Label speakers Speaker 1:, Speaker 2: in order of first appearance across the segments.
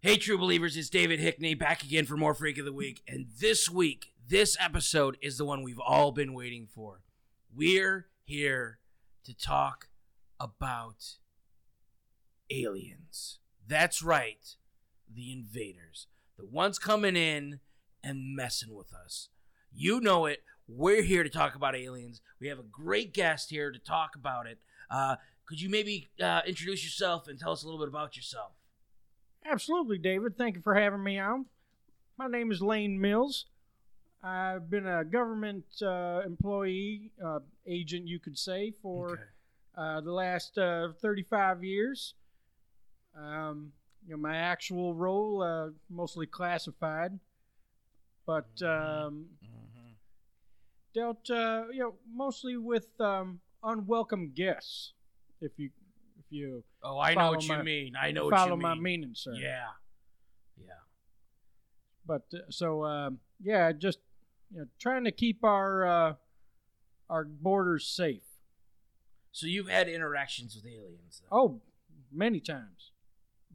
Speaker 1: Hey, true believers, it's David Hickney back again for more Freak of the Week. And this week, this episode is the one we've all been waiting for. We're here to talk about aliens. That's right, the invaders. The ones coming in and messing with us. You know it. We're here to talk about aliens. We have a great guest here to talk about it. Uh, could you maybe uh, introduce yourself and tell us a little bit about yourself?
Speaker 2: Absolutely, David. Thank you for having me on. My name is Lane Mills. I've been a government uh, employee, uh, agent, you could say, for
Speaker 1: Okay.
Speaker 2: uh, the last uh, 35 years. Um, you know, my actual role uh, mostly classified, but
Speaker 1: Mm-hmm.
Speaker 2: um, dealt uh, you know mostly with um, unwelcome guests. If you if you
Speaker 1: Oh, I know
Speaker 2: Follow
Speaker 1: what you
Speaker 2: my-
Speaker 1: mean. I know what
Speaker 2: follow
Speaker 1: you mean.
Speaker 2: my meaning, sir.
Speaker 1: Yeah, yeah.
Speaker 2: but uh, so um, yeah, just you know, trying to keep our uh, our borders safe.
Speaker 1: So you've had interactions with aliens. Though.
Speaker 2: Oh, many times,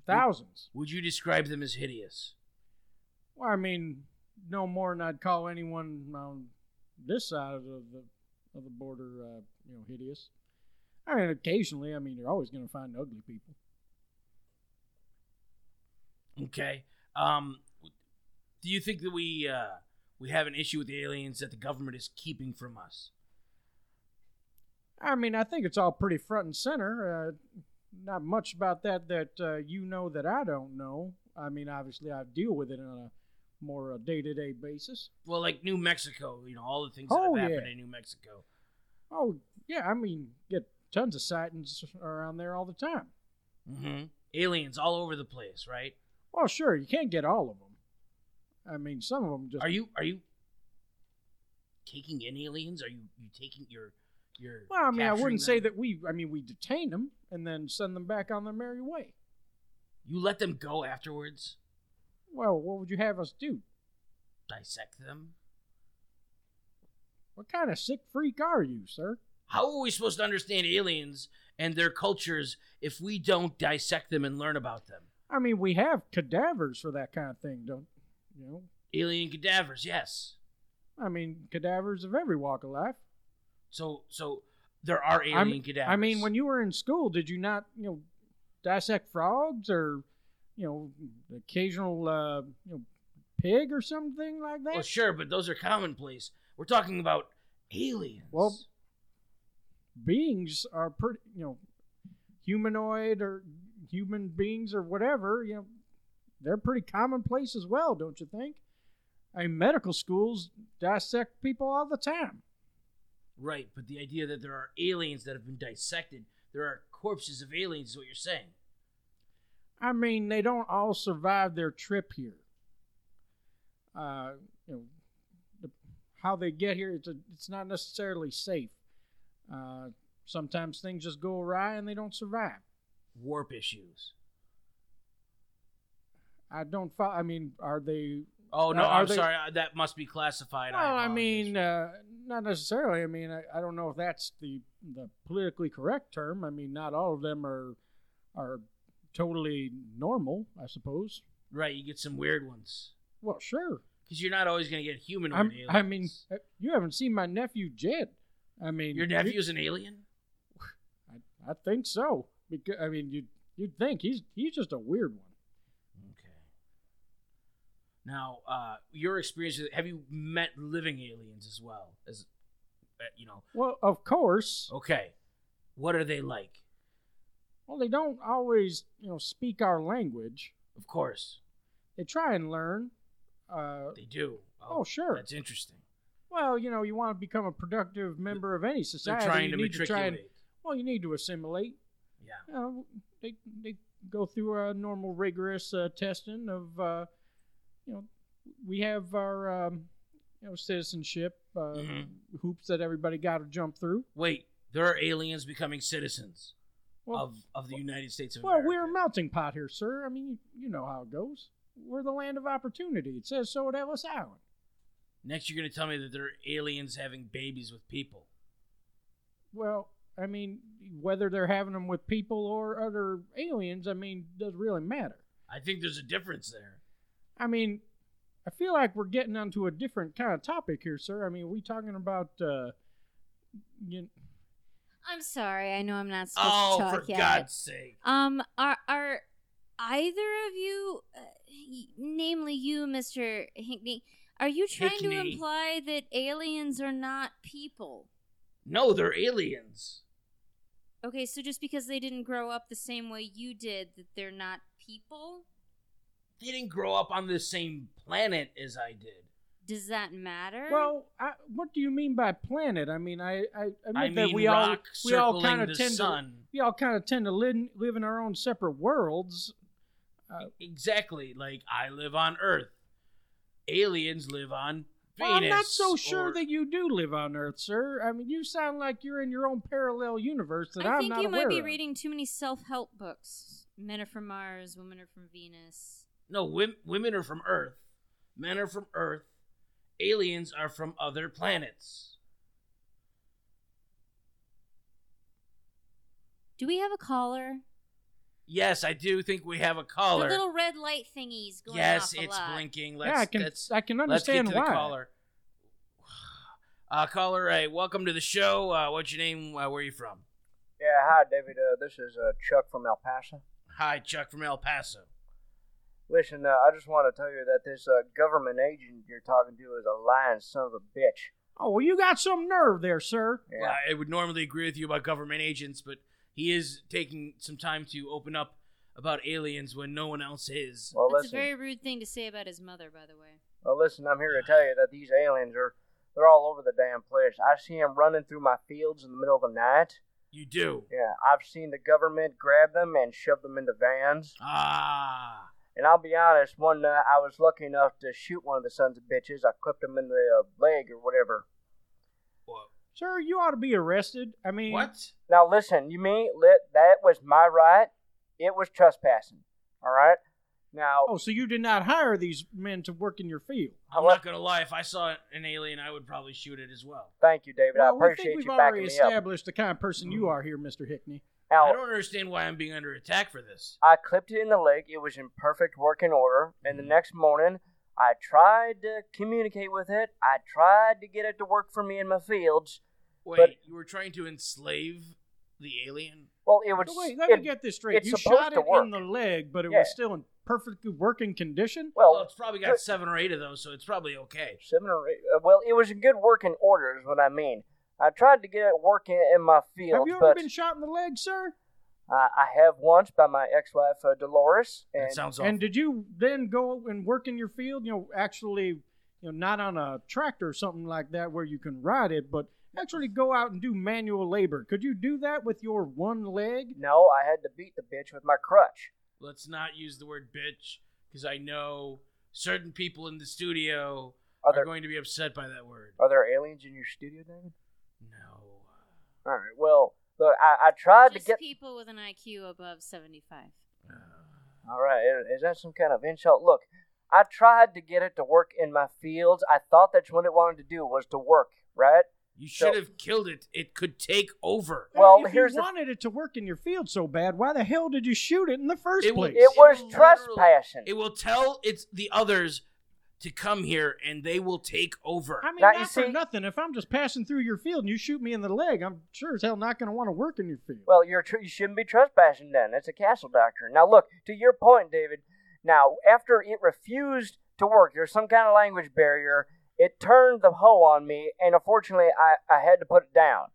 Speaker 2: thousands.
Speaker 1: Would you describe them as hideous?
Speaker 2: Well, I mean, no more than I'd call anyone on this side of the of the border, uh, you know, hideous. I mean, occasionally, I mean, you're always going to find ugly people.
Speaker 1: Okay. Um, do you think that we uh, we have an issue with the aliens that the government is keeping from us?
Speaker 2: I mean, I think it's all pretty front and center. Uh, not much about that that uh, you know that I don't know. I mean, obviously, I deal with it on a more day to day basis.
Speaker 1: Well, like New Mexico, you know, all the things that
Speaker 2: Oh, yeah.
Speaker 1: have happened in New Mexico.
Speaker 2: Oh, yeah, I mean, get tons of sightings around there all the time.
Speaker 1: hmm Aliens all over the place, right?
Speaker 2: Well, sure, you can't get all of them. I mean, some of them just.
Speaker 1: Are you are you taking in aliens? Are you you taking your your?
Speaker 2: well, I mean, I
Speaker 1: capturing
Speaker 2: wouldn't say
Speaker 1: them?
Speaker 2: that we. I mean, we detain them and then send them back on their merry way.
Speaker 1: you let them go afterwards.
Speaker 2: Well, what would you have us do?
Speaker 1: Dissect them.
Speaker 2: What kind of sick freak are you, sir?
Speaker 1: How are we supposed to understand aliens and their cultures if we don't dissect them and learn about them?
Speaker 2: I mean, we have cadavers for that kind of thing, don't you know?
Speaker 1: Alien cadavers, yes.
Speaker 2: I mean, cadavers of every walk of life.
Speaker 1: So so there are alien
Speaker 2: I'm-
Speaker 1: cadavers.
Speaker 2: I mean, when you were in school, did you not, you know, dissect frogs or, you know, the occasional, uh, you know, pig or something like that?
Speaker 1: well, sure, but those are commonplace. We're talking about aliens.
Speaker 2: Well, Beings are pretty, you know, humanoid or human beings or whatever, you know, they're pretty commonplace as well, don't you think? I mean, medical schools dissect people all the time.
Speaker 1: right, but the idea that there are aliens that have been dissected, there are corpses of aliens, is what you're saying.
Speaker 2: I mean, they don't all survive their trip here. Uh, you know, the, how they get here, it's, a, it's not necessarily safe. Uh, sometimes things just go awry and they don't survive.
Speaker 1: Warp issues.
Speaker 2: I don't. Fo- I mean, are they?
Speaker 1: Oh no,
Speaker 2: Uh, are
Speaker 1: I'm
Speaker 2: they-
Speaker 1: sorry. uh, That must be classified.
Speaker 2: Well, I
Speaker 1: apologize.
Speaker 2: mean, uh, not necessarily. I mean, I, I don't know if that's the the politically correct term. I mean, not all of them are are totally normal. I suppose.
Speaker 1: right, you get some weird ones
Speaker 2: Well, sure.
Speaker 1: because you're not always going to get humanoid
Speaker 2: I'm,
Speaker 1: aliens.
Speaker 2: I mean, uh, you haven't seen my nephew Jed. I mean,
Speaker 1: your
Speaker 2: you-
Speaker 1: nephew's an alien.
Speaker 2: I, I think so. Because I mean, you you'd think he's he's just a weird one.
Speaker 1: Okay. Now, uh, your experience with- have you met living aliens as well as uh, you know?
Speaker 2: Well, of course.
Speaker 1: Okay, what are they like?
Speaker 2: Well, they don't always you know speak our language.
Speaker 1: Of course,
Speaker 2: They try and learn. Uh,
Speaker 1: they do.
Speaker 2: oh, sure.
Speaker 1: that's interesting.
Speaker 2: well, you know, you want to become a productive member of any
Speaker 1: They're
Speaker 2: society.
Speaker 1: trying to
Speaker 2: you need
Speaker 1: matriculate.
Speaker 2: To try and, well, you need to assimilate.
Speaker 1: yeah.
Speaker 2: You know, Uh, they they go through a normal rigorous uh, testing of uh, you know we have our um, you know citizenship uh,
Speaker 1: Mhm.
Speaker 2: hoops that everybody got to jump through.
Speaker 1: Wait, there are aliens becoming citizens
Speaker 2: Well,
Speaker 1: of of the United States of
Speaker 2: well,
Speaker 1: America.
Speaker 2: we're a melting pot here, sir. I mean, you, you know how it goes. We're the land of opportunity. It says so at Ellis Island.
Speaker 1: Next, you're going to tell me that there are aliens having babies with people.
Speaker 2: Well, I mean, whether they're having them with people or other aliens, I mean, doesn't really matter.
Speaker 1: I think there's a difference there.
Speaker 2: I mean, I feel like we're getting onto a different kind of topic here, sir. I mean, are we talking about uh, you,
Speaker 3: I'm sorry. I know I'm not supposed to
Speaker 1: Oh,
Speaker 3: talk
Speaker 1: for
Speaker 3: yet.
Speaker 1: God's sake.
Speaker 3: Um, are are either of you, uh, y- namely you, Mister Hickney, are you trying to
Speaker 1: Hickney.
Speaker 3: imply that aliens are not people?
Speaker 1: No, they're aliens.
Speaker 3: Okay, so just because they didn't grow up the same way you did, that they're not people,
Speaker 1: They didn't grow up on the same planet as I did.
Speaker 3: does that matter?
Speaker 2: Well, I, what do you mean by planet? I mean, I, I admit
Speaker 1: I
Speaker 2: that
Speaker 1: mean,
Speaker 2: we all
Speaker 1: rock
Speaker 2: we all
Speaker 1: circling
Speaker 2: kind
Speaker 1: the
Speaker 2: of tend to
Speaker 1: sun.
Speaker 2: we all kind of tend to live, live in our own separate worlds.
Speaker 1: Exactly. Like I live on Earth. Aliens live on Venus.
Speaker 2: Well, I'm not so sure
Speaker 1: or-
Speaker 2: that you do live on Earth, sir. I mean, you sound like you're in your own parallel universe that
Speaker 3: I
Speaker 2: am
Speaker 3: think
Speaker 2: not
Speaker 3: you
Speaker 2: aware
Speaker 3: might be
Speaker 2: of.
Speaker 3: reading too many self-help books. Men are from Mars, women are from Venus.
Speaker 1: No, wom- women are from Earth. Men are from Earth. Aliens are from other planets.
Speaker 3: Do we have a caller?
Speaker 1: Yes, I do think we have a
Speaker 3: The
Speaker 1: caller.
Speaker 3: little red light thingies going
Speaker 1: yes,
Speaker 3: off a
Speaker 1: it's
Speaker 3: lot.
Speaker 1: blinking. Let's,
Speaker 2: yeah, I can
Speaker 1: let's,
Speaker 2: I can
Speaker 1: let's get
Speaker 2: understand
Speaker 1: to
Speaker 2: why.
Speaker 1: the caller. Uh, caller, hey, welcome to the show. Uh, what's your name? Uh, where are you from?
Speaker 4: Yeah, hi, David. Uh, this is uh, Chuck from El Paso.
Speaker 1: Hi, Chuck from El Paso.
Speaker 4: Listen, uh, I just want to tell you that this uh, government agent you're talking to is a lying son of a bitch.
Speaker 2: Oh well, you got some nerve there, sir.
Speaker 4: Yeah.
Speaker 1: Well, I would normally agree with you about government agents, but he is taking some time to open up about aliens when no one else is.
Speaker 4: Well,
Speaker 3: That's a
Speaker 4: listen.
Speaker 3: very rude thing to say about his mother, by the way.
Speaker 4: well, listen. I'm here to tell you that these aliens are. They're all over the damn place. I see them running through my fields in the middle of the night.
Speaker 1: You do.
Speaker 4: Yeah, I've seen the government grab them and shove them into vans.
Speaker 1: Ah.
Speaker 4: And I'll be honest, one night I was lucky enough to shoot one of the sons of bitches. I clipped him in the uh, leg or whatever.
Speaker 1: What?
Speaker 2: Sir, you ought to be arrested. I mean,
Speaker 1: What?
Speaker 4: Now listen, you mean let that was my right? It was trespassing. All right. Now
Speaker 2: Oh, so you did not hire these men to work in your field?
Speaker 1: I'm not gonna lie. If I saw an alien, I would probably shoot it as well.
Speaker 4: thank you, David.
Speaker 2: well,
Speaker 4: I
Speaker 2: we think
Speaker 4: appreciate
Speaker 2: we've
Speaker 4: you
Speaker 2: already
Speaker 4: backing me up.
Speaker 2: established the kind of person you are here, Mister Hickney.
Speaker 1: I
Speaker 4: Now
Speaker 1: don't understand why I'm being under attack for this.
Speaker 4: I clipped it in the leg. It was in perfect working order. And
Speaker 2: Mm-hmm.
Speaker 4: the next morning, I tried to communicate with it. I tried to get it to work for me in my fields.
Speaker 1: Wait,
Speaker 4: But-
Speaker 1: you were trying to enslave the alien?
Speaker 4: Well, it would.
Speaker 2: So wait,
Speaker 4: s-
Speaker 2: let
Speaker 4: it,
Speaker 2: me get this straight.
Speaker 4: it's
Speaker 2: You
Speaker 4: supposed
Speaker 2: shot
Speaker 4: to
Speaker 2: it
Speaker 4: work.
Speaker 2: in the leg, but it
Speaker 4: Yeah.
Speaker 2: was still in perfectly working condition.
Speaker 1: Well,
Speaker 4: Well,
Speaker 1: it's probably got
Speaker 4: but-
Speaker 1: seven or eight of those, so it's probably okay.
Speaker 4: seven or eight. uh, Well, it was in good working order, is what I mean. I tried to get it working in my fields,
Speaker 2: Have you ever
Speaker 4: but
Speaker 2: been shot in the leg, sir?
Speaker 4: I, I have once by my ex-wife uh, Dolores, and
Speaker 1: That sounds awful.
Speaker 2: And did you then go and work in your field? You know, actually, you know, not on a tractor or something like that where you can ride it, but actually go out and do manual labor. Could you do that with your one leg?
Speaker 4: No, I had to beat the bitch with my crutch.
Speaker 1: Let's not use the word bitch because I know certain people in the studio
Speaker 4: Are
Speaker 1: are,
Speaker 4: there
Speaker 1: going to be upset by that word.
Speaker 4: are there aliens in your studio, David?
Speaker 1: No.
Speaker 4: All right. Well, look, I, I tried
Speaker 3: Just
Speaker 4: to get.
Speaker 3: people with an IQ above 75.
Speaker 1: Uh,
Speaker 4: All right. Is, is that some kind of insult? Look, I tried to get it to work in my fields. I thought that's what it wanted to do was to work, right?
Speaker 1: You
Speaker 4: So-
Speaker 1: should have killed it. It could take over.
Speaker 4: Well,
Speaker 2: if
Speaker 4: here's
Speaker 2: you
Speaker 4: the-
Speaker 2: wanted it to work in your field so bad, why the hell did you shoot it in the first
Speaker 1: It wa-
Speaker 2: place?
Speaker 1: Yes.
Speaker 4: It was
Speaker 1: It literally-
Speaker 4: trespassing.
Speaker 1: It will tell its the others to come here and they will take over.
Speaker 2: I mean,
Speaker 4: Now, you
Speaker 2: not for
Speaker 4: see-
Speaker 2: nothing. If I'm just passing through your field and you shoot me in the leg, I'm sure as hell not going to want to work in your field.
Speaker 4: Well, you're tr- you shouldn't be trespassing then. It's a castle doctrine. Now, look to your point, David. Now, after it refused to work, there's some kind of language barrier. It turned the hoe on me, and unfortunately, I, I had to put it down.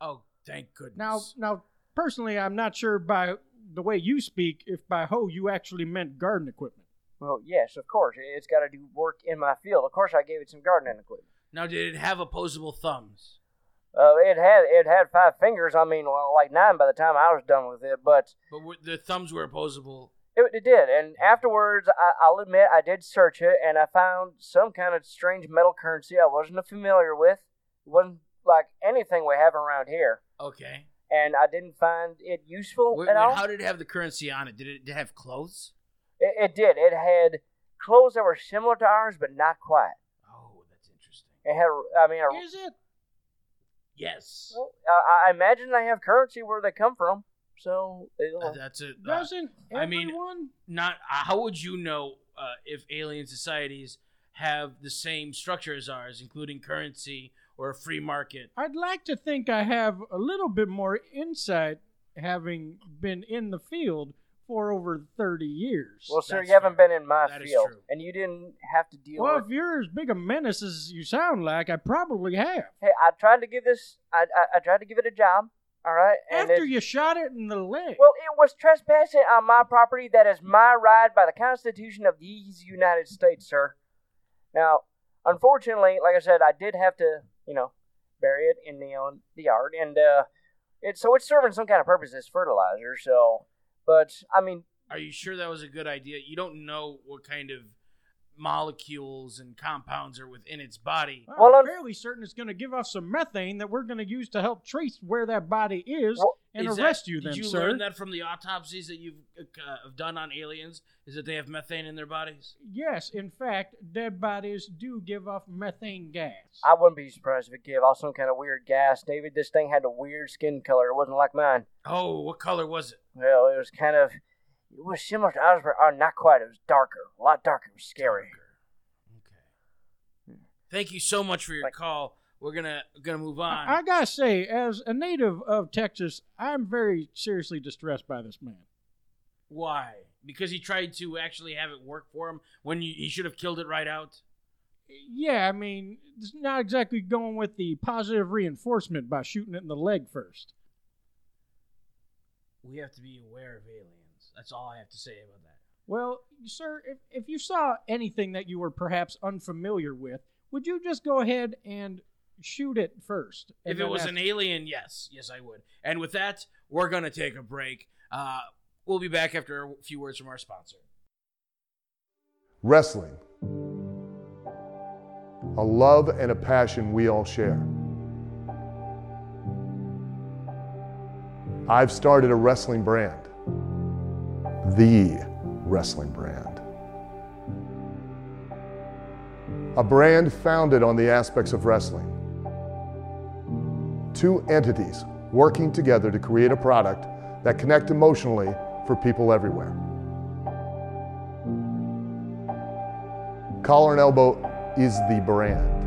Speaker 1: Oh, thank goodness.
Speaker 2: Now, now, personally, I'm not sure by the way you speak if by hoe you actually meant garden equipment.
Speaker 4: Well, yes, of course. It- It's got to do work in my field. Of course, I gave it some gardening equipment.
Speaker 1: now did it have opposable thumbs?
Speaker 4: Uh, it had it had five fingers. I mean, well, like nine by the time I was done with it. But
Speaker 1: But were, the thumbs were opposable.
Speaker 4: it, it did. And afterwards, I, I'll admit, I did search it, and I found some kind of strange metal currency I wasn't familiar with. It wasn't like anything we have around here,
Speaker 1: Okay.
Speaker 4: and I didn't find it useful
Speaker 1: Wait,
Speaker 4: at
Speaker 1: wait,
Speaker 4: all.
Speaker 1: how did it have the currency on it? Did it, did it have clothes?
Speaker 4: it, it did. It had clothes that were similar to ours, but not quite.
Speaker 1: Oh, that's interesting.
Speaker 4: It had, I mean, a,
Speaker 2: Is it?
Speaker 1: Yes.
Speaker 2: Oh.
Speaker 4: well, I, I imagine they have currency where they come from. So you know,
Speaker 1: Uh, That's it. Uh,
Speaker 2: Doesn't
Speaker 1: I mean-
Speaker 2: everyone?
Speaker 1: not how would you know uh, if alien societies have the same structure as ours, including currency or a free market?
Speaker 2: I'd like to think I have a little bit more insight, having been in the field for over thirty years.
Speaker 4: well, sir,
Speaker 1: That's
Speaker 4: you haven't
Speaker 1: fair.
Speaker 4: been in my
Speaker 1: That is
Speaker 4: field,
Speaker 1: true.
Speaker 4: and you didn't have to deal
Speaker 2: Well,
Speaker 4: with.
Speaker 2: if you're as big a menace as you sound like, I probably have.
Speaker 4: Hey, I tried to give this. I, I, I tried to give it a job. All right. And
Speaker 2: After
Speaker 4: it-
Speaker 2: you shot it in the leg.
Speaker 4: Well, it was trespassing on my property. That is my right by the Constitution of these United States, sir. Now, unfortunately, like I said, I did have to, you know, bury it in the on the yard, and uh, it so it's serving some kind of purpose as fertilizer. So, but I mean,
Speaker 1: Are you sure that was a good idea? You don't know what kind of molecules and compounds are within its body.
Speaker 2: well,
Speaker 4: Well,
Speaker 2: I'm
Speaker 4: I'm-
Speaker 2: fairly certain it's going to give off some methane that we're going to use to help trace where that body is
Speaker 4: Well,
Speaker 2: and
Speaker 1: Is that-
Speaker 2: arrest you then,
Speaker 1: Did you
Speaker 2: sir.
Speaker 1: learn that from the autopsies that you've uh, have done on aliens? Is that they have methane in their bodies?
Speaker 2: Yes, in fact, dead bodies do give off methane gas.
Speaker 4: I wouldn't be surprised if it gave off some kind of weird gas. David, this thing had a weird skin color. It wasn't like mine.
Speaker 1: Oh, what color was it?
Speaker 4: Well, it was kind of. It was similar to ours, but uh, not quite. It was darker, a lot darker. It was scary.
Speaker 1: Darker. Okay. Thank you so much for your
Speaker 4: Like-
Speaker 1: call. We're gonna gonna move on.
Speaker 2: I, I gotta say, as a native of Texas, I'm very seriously distressed by this man.
Speaker 1: Why? Because he tried to actually have it work for him when you, he should have killed it right out.
Speaker 2: Yeah, I mean, it's not exactly going with the positive reinforcement by shooting it in the leg first.
Speaker 1: We have to be aware of aliens. That's all I have to say about that.
Speaker 2: Well, sir, if, if you saw anything that you were perhaps unfamiliar with, would you just go ahead and shoot it first? and
Speaker 1: If it
Speaker 2: then
Speaker 1: was
Speaker 2: after-
Speaker 1: an e- alien, yes, yes, I would. And with that, we're gonna take a break. Uh, we'll be back after a few words from our sponsor.
Speaker 5: Wrestling. A love and a passion we all share. I've started a wrestling brand. The wrestling brand. A brand founded on the aspects of wrestling. Two entities working together to create a product that connect emotionally for people everywhere. Collar and Elbow is the brand.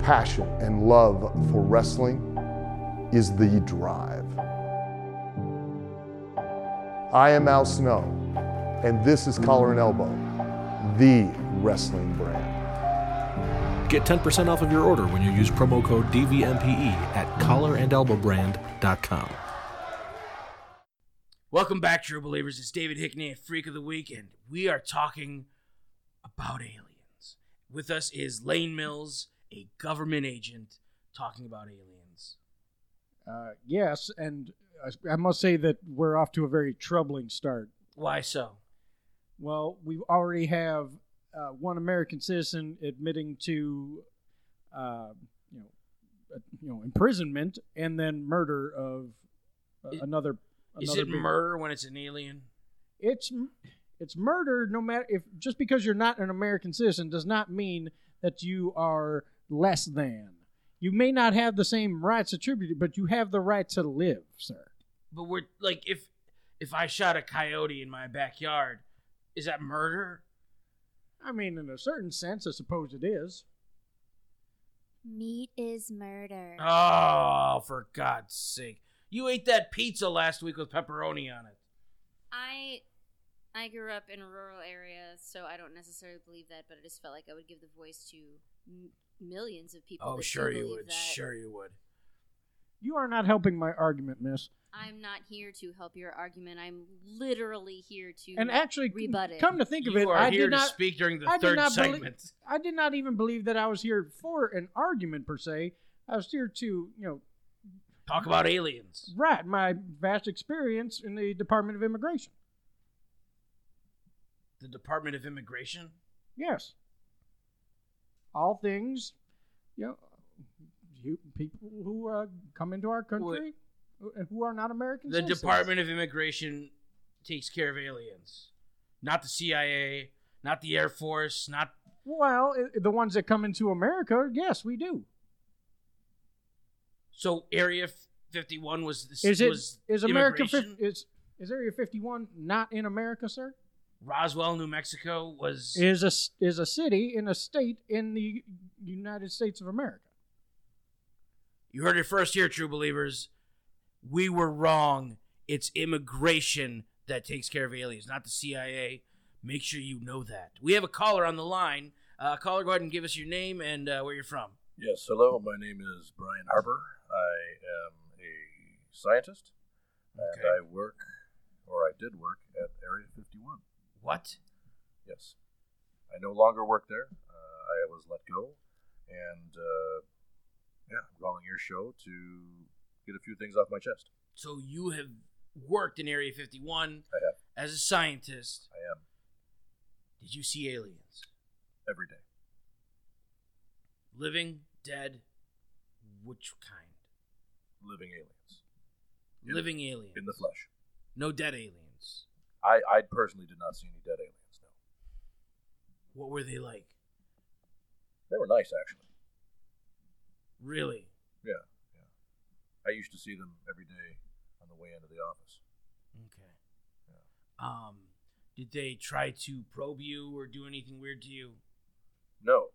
Speaker 5: Passion and love for wrestling is the drive. I am Al Snow, and this is Collar and Elbow, the wrestling brand.
Speaker 6: Get 10% off of your order when you use promo code DVMPE E at collarandelbowbrand.com.
Speaker 1: Welcome back, true believers. It's David Hickney at Freak of the Week, and we are talking about aliens. With us is Lane Mills, a government agent, talking about aliens.
Speaker 2: Uh, yes, and I- I must say that we're off to a very troubling start.
Speaker 1: Why so?
Speaker 2: Well, we already have uh, one American citizen admitting to, uh, you know, uh, you know, imprisonment and then murder of uh,
Speaker 1: Is-
Speaker 2: another.
Speaker 1: Is
Speaker 2: another
Speaker 1: it
Speaker 2: big-
Speaker 1: murder when it's an alien?
Speaker 2: It's m- it's murder. No matter if just because you're not an American citizen does not mean that you are less than. You may not have the same rights attributed, but you have the right to live, sir.
Speaker 1: But we're like, if if I shot a coyote in my backyard, is that murder?
Speaker 2: I mean, in a certain sense, I suppose it is.
Speaker 3: Meat is murder.
Speaker 1: Oh, for God's sake! You ate that pizza last week with pepperoni on it.
Speaker 3: I I grew up in a rural area, so I don't necessarily believe that, but I just felt like I would give the voice to m- millions of people.
Speaker 1: Oh,
Speaker 3: that do
Speaker 1: sure you
Speaker 3: believe
Speaker 1: would.
Speaker 3: that.
Speaker 1: Sure you would.
Speaker 2: You are not helping my argument, miss.
Speaker 3: I'm not here to help your argument. I'm literally here to
Speaker 2: and actually,
Speaker 3: rebut it.
Speaker 2: come to think of
Speaker 1: you
Speaker 2: it,
Speaker 1: are
Speaker 2: I
Speaker 1: here
Speaker 2: did not.
Speaker 1: to speak during the
Speaker 2: I did
Speaker 1: third
Speaker 2: not believe-
Speaker 1: segment.
Speaker 2: I did not even believe that I was here for an argument per se. I was here to, you know,
Speaker 1: Talk about aliens.
Speaker 2: right my vast experience in the Department of Immigration.
Speaker 1: The Department of Immigration.
Speaker 2: Yes, all things, you know, you, people who uh, come into our country who- who are not American.
Speaker 1: The
Speaker 2: citizens.
Speaker 1: Department of Immigration takes care of aliens, not the CIA, not the Air Force, not.
Speaker 2: Well, i- the ones that come into America, yes, we do.
Speaker 1: So Area 51 was this
Speaker 2: Is it
Speaker 1: was
Speaker 2: is America
Speaker 1: immigration.
Speaker 2: 50, is is Area 51 not in America, sir?
Speaker 1: Roswell, New Mexico was
Speaker 2: Is a s- is a city in a state in the United States of America?
Speaker 1: You heard it first here, true believers. We were wrong. It's immigration that takes care of aliens, not the CIA. Make sure you know that. We have a caller on the line. Uh, caller, go ahead and give us your name and uh, where you're from.
Speaker 7: Yes, hello. My name is Brian Harper. I am a scientist, and
Speaker 1: Okay.
Speaker 7: I work, or I did work, at Area 51.
Speaker 1: What?
Speaker 7: Yes. I no longer work there. Uh, I was let go, and uh, yeah, I'm calling your show to get a few things off my chest.
Speaker 1: So you have worked in Area 51
Speaker 7: I have.
Speaker 1: as a scientist.
Speaker 7: I am
Speaker 1: Did you see aliens?
Speaker 7: every day.
Speaker 1: Living, dead, which kind?
Speaker 7: Living aliens In-
Speaker 1: Living aliens.
Speaker 7: in the flesh.
Speaker 1: no dead aliens.
Speaker 7: I, I personally did not see any dead aliens. No,
Speaker 1: What were they like?
Speaker 7: they were nice actually.
Speaker 1: Really?
Speaker 7: Yeah, yeah. I used to see them every day on the way into the office.
Speaker 1: Okay. Um, did they try to probe you or do anything weird to you?
Speaker 7: No,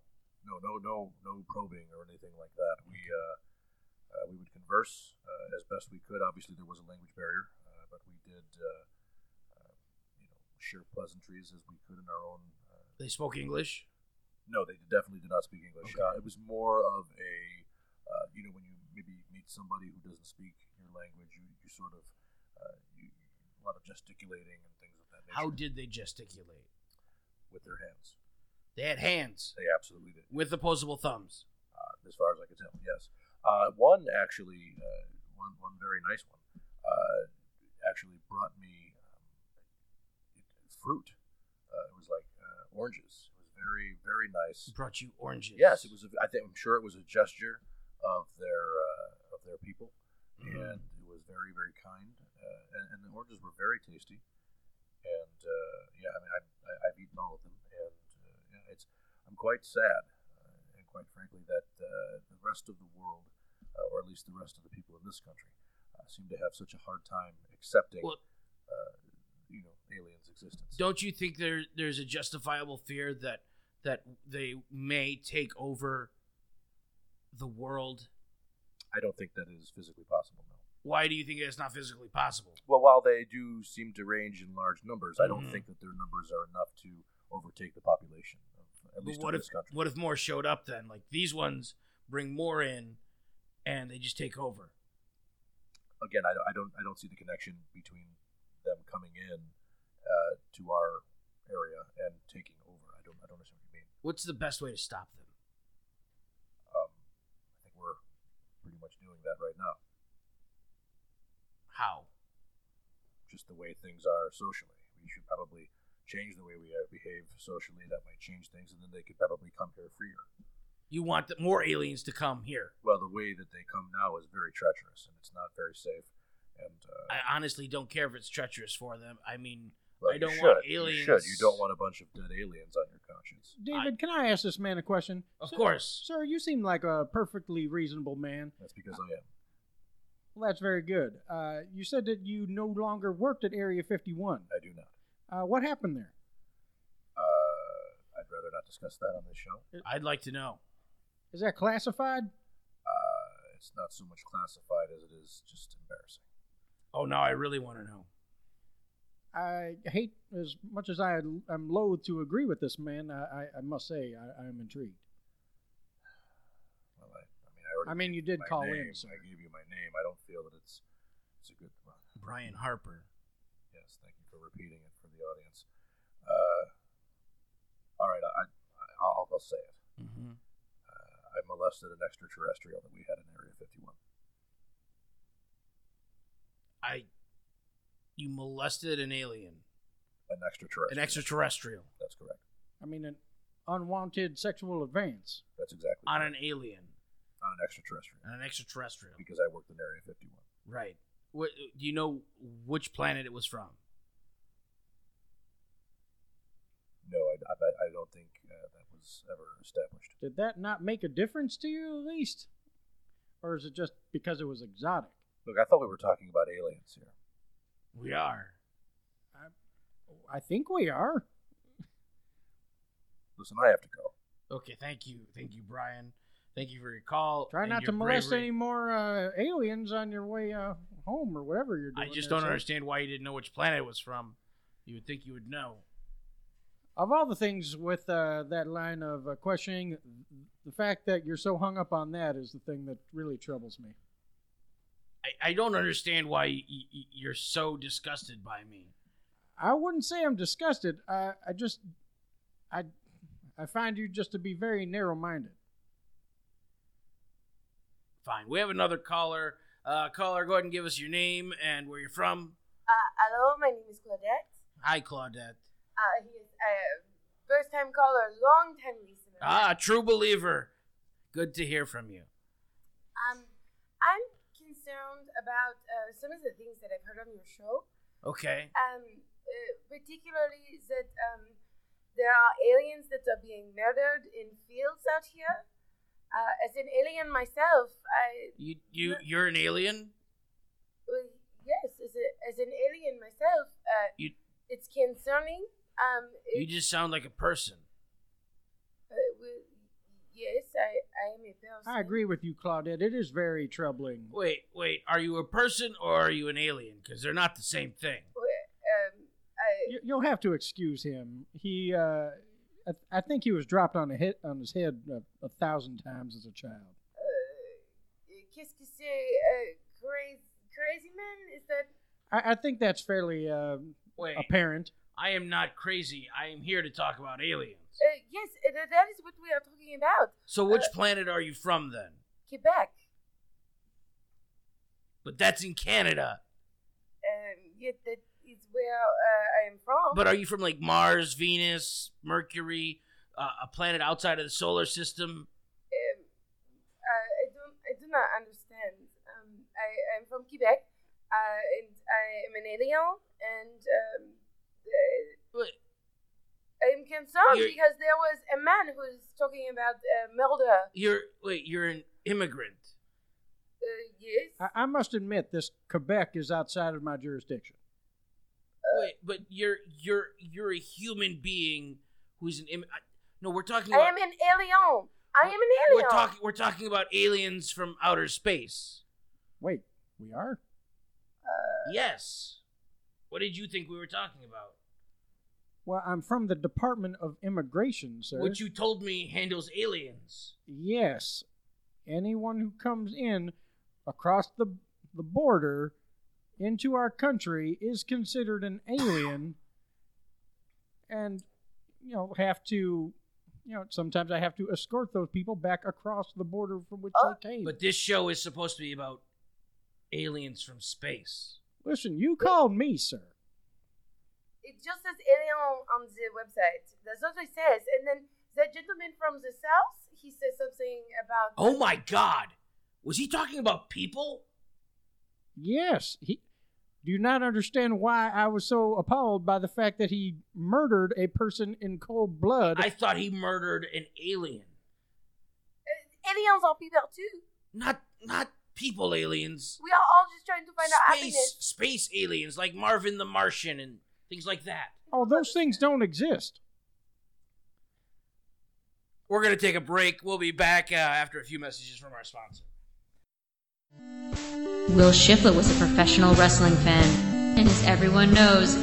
Speaker 7: no, no, no, no probing or anything like that. We uh, uh, we would converse uh, as best we could. Obviously, there was a language barrier, uh, but we did uh, uh, you know share pleasantries as we could in our own. Uh,
Speaker 1: They spoke English.
Speaker 7: no, they definitely did not speak English.
Speaker 1: Okay.
Speaker 7: Uh, it was more of a uh, you know when you maybe meet somebody who doesn't speak your language, you, you sort of uh, you, a lot of gesticulating and things of that nature
Speaker 1: How did they gesticulate?
Speaker 7: with their hands.
Speaker 1: They had hands
Speaker 7: They absolutely did.
Speaker 1: with opposable thumbs.
Speaker 7: as far as I can tell. Yes, uh, one actually, uh, one one very nice one, uh, actually brought me um, it- fruit. Uh, it was like uh, oranges. It was very very nice.
Speaker 1: Brought you oranges.
Speaker 7: Yes, it was. A, I think I'm sure it was a gesture of their uh, of their people,
Speaker 1: Mm-hmm.
Speaker 7: and it was very very kind. Uh, and, and the oranges were very tasty. And uh, yeah, I mean, I've, I- I've eaten all of them, and uh, yeah, it's I'm quite sad, uh, and quite frankly, that uh, the rest of the world, uh, or at least the rest of the people in this country, uh, seem to have such a hard time accepting,
Speaker 1: Well-
Speaker 7: uh, you know, aliens' existence.
Speaker 1: Don't you think there there's a justifiable fear that that they may take over the world?
Speaker 7: I don't think that is physically possible. No.
Speaker 1: Why do you think that's not physically possible?
Speaker 7: Well, while they do seem to range in large numbers, I don't
Speaker 1: Mhm.
Speaker 7: think that their numbers are enough to overtake the population, of, at
Speaker 1: But
Speaker 7: least
Speaker 1: what
Speaker 7: in
Speaker 1: if
Speaker 7: this country.
Speaker 1: what if more showed up then? Like these ones bring more in, and they just take over.
Speaker 7: Again, I, I don't, I don't see the connection between them coming in uh, to our area and taking over. I don't, I don't understand what you mean.
Speaker 1: What's the best way to stop them?
Speaker 7: Um, I think we're pretty much doing that right now,
Speaker 1: How?
Speaker 7: just the way things are socially. We should probably change the way we uh, behave socially. That might change things, and then they could probably come here freer.
Speaker 1: You want the, more aliens to come here.
Speaker 7: Well, the way that they come now is very treacherous, and it's not very safe. And uh,
Speaker 1: I honestly don't care if it's treacherous for them. I mean,
Speaker 7: Well,
Speaker 1: I
Speaker 7: you
Speaker 1: don't
Speaker 7: should.
Speaker 1: want
Speaker 7: You
Speaker 1: aliens.
Speaker 7: should. You don't want a bunch of dead aliens on your conscience.
Speaker 2: David, can I ask this man a question?
Speaker 1: Of
Speaker 2: Sir-
Speaker 1: course.
Speaker 2: sir. You seem like a perfectly reasonable man.
Speaker 7: That's because I am.
Speaker 2: Well, that's very good. Uh, you said that you no longer worked at Area 51.
Speaker 7: I do not.
Speaker 2: Uh, what happened there?
Speaker 7: Uh, I'd rather not discuss that on this show.
Speaker 1: I'd like to know.
Speaker 2: Is that classified?
Speaker 7: Uh, it's not so much classified as it is just embarrassing.
Speaker 1: Oh, now I really want to know.
Speaker 2: I hate as much as I am loath to agree with this man. I, I, I must say I, I am intrigued.
Speaker 7: Well, I, I mean, I already.
Speaker 2: I mean,
Speaker 7: gave
Speaker 2: you did
Speaker 7: my
Speaker 2: call in,
Speaker 7: name.
Speaker 2: so-
Speaker 7: I gave you my name. I don't feel that it's it's a good one.
Speaker 1: Brian Harper.
Speaker 7: Yes, thank you for repeating it for the audience. Uh, all right, I, I I'll, I'll say it.
Speaker 1: Mm-hmm.
Speaker 7: I molested an extraterrestrial that we had in Area 51.
Speaker 1: I. You molested an alien,
Speaker 7: An extraterrestrial.
Speaker 1: an extraterrestrial,
Speaker 7: That's correct.
Speaker 2: I mean, an unwanted sexual advance.
Speaker 7: That's exactly.
Speaker 1: on
Speaker 7: correct.
Speaker 1: an alien,
Speaker 7: on an extraterrestrial
Speaker 2: Uh,
Speaker 1: on an extraterrestrial.
Speaker 7: because I worked in Area 51.
Speaker 1: Right. What, do you know which planet it was from?
Speaker 7: No, I, I, I don't think uh, that was ever established.
Speaker 2: Did that not make a difference to you at least, or is it just because it was exotic?
Speaker 7: Look, I thought we were talking about aliens here.
Speaker 1: We are.
Speaker 2: I think we are.
Speaker 7: Listen, I have to go.
Speaker 1: Okay, thank you. Thank you, Brian. Thank you for your call.
Speaker 2: Try
Speaker 1: and
Speaker 2: not
Speaker 1: your
Speaker 2: to molest
Speaker 1: bravery.
Speaker 2: any more uh, aliens on your way uh, home or whatever you're
Speaker 1: I
Speaker 2: doing.
Speaker 1: just
Speaker 2: there,
Speaker 1: don't
Speaker 2: sir.
Speaker 1: understand why you didn't know which planet it was from. You would think you would know.
Speaker 2: Of all the things with uh, that line of uh, questioning, the fact that you're so hung up on that is the thing that really troubles me.
Speaker 1: I, I don't understand why y- y- you're so disgusted by me.
Speaker 2: I wouldn't say I'm disgusted. I, I just, I, I find you just to be very narrow-minded.
Speaker 1: Fine. We have another caller. Uh, caller, go ahead and give us your name and where you're from.
Speaker 8: Uh, hello, my name is Claudette.
Speaker 1: Hi, Claudette.
Speaker 8: Uh, he is a first-time caller, long-time listener.
Speaker 1: Ah, true believer. Good to hear from you.
Speaker 8: Um, I'm concerned about uh, some of the things that I've heard on your show.
Speaker 1: Okay.
Speaker 8: Um, uh, particularly that um, there are aliens that are being murdered in fields out here. Uh, as an alien myself, I
Speaker 1: You you you're an alien.
Speaker 8: well, yes, as, a, as an alien myself, uh,
Speaker 1: You-
Speaker 8: it's concerning. Um,
Speaker 1: You
Speaker 8: it-
Speaker 1: just sound like a person.
Speaker 8: uh, well, yes, I, I am a person.
Speaker 2: I agree with you, Claudette. It is very troubling.
Speaker 1: Wait, wait. Are you a person or are you an alien? Because they're not the same thing.
Speaker 8: Um, I,
Speaker 2: You, you'll have to excuse him. He, uh, I, I think he was dropped on a hit on his head a, a thousand times as a child.
Speaker 8: uh, qu'est-ce que c'est, uh, crazy, crazy man? Is that
Speaker 2: I, I think that's fairly uh,
Speaker 1: Wait,
Speaker 2: apparent.
Speaker 1: I am not crazy. I am here to talk about aliens.
Speaker 8: uh, yes? Uh, that- that is what we are talking about.
Speaker 1: So, which planet are you from then?
Speaker 8: Quebec.
Speaker 1: But that's in Canada.
Speaker 8: Um, yet that is where uh, I am from.
Speaker 1: But are you from like Mars, Venus, Mercury, uh, a planet outside of the solar system?
Speaker 8: um, uh, I don't, I do not understand. Um, I am from Quebec, uh, and I am an alien, and um, uh,
Speaker 1: Wait,
Speaker 8: I am concerned
Speaker 1: You're-
Speaker 8: because there was a man who is talking about uh, murder.
Speaker 1: You're wait, you're an immigrant.
Speaker 8: Uh, yes.
Speaker 2: I, I must admit, this Quebec is outside of my jurisdiction.
Speaker 1: Wait, but you're you're you're a human being who's an Im- I- No, we're talking
Speaker 8: I
Speaker 1: about
Speaker 8: am an alien. I am an alien.
Speaker 1: we're talking we're talking about aliens from outer space.
Speaker 2: Wait, we are?
Speaker 1: yes. What did you think we were talking about?
Speaker 2: Well, I'm from the Department of Immigration, sir.
Speaker 1: What you told me handles aliens.
Speaker 2: Yes. Anyone who comes in across the the border into our country is considered an alien and you know have to you know sometimes I have to escort those people back across the border from which
Speaker 8: Oh,
Speaker 2: they came.
Speaker 1: But this show is supposed to be about aliens from space.
Speaker 2: Listen, you called me, sir.
Speaker 8: It just says alien on the website. That's what it says. And then that gentleman from the south, he says something about.
Speaker 1: Oh my god. Was he talking about people?
Speaker 2: Yes, he do you not understand why I was so appalled by the fact that he murdered a person in cold blood.
Speaker 1: I thought he murdered an alien.
Speaker 8: Uh, aliens are people too.
Speaker 1: Not not people aliens.
Speaker 8: We are all just trying to find out
Speaker 1: Space
Speaker 8: happiness.
Speaker 1: space aliens like Marvin the Martian and things like that.
Speaker 2: oh, those things don't exist.
Speaker 1: We're going to take a break. We'll be back uh, after a few messages from our sponsor.
Speaker 3: Will Shiflett was a professional wrestling fan, and as everyone knows,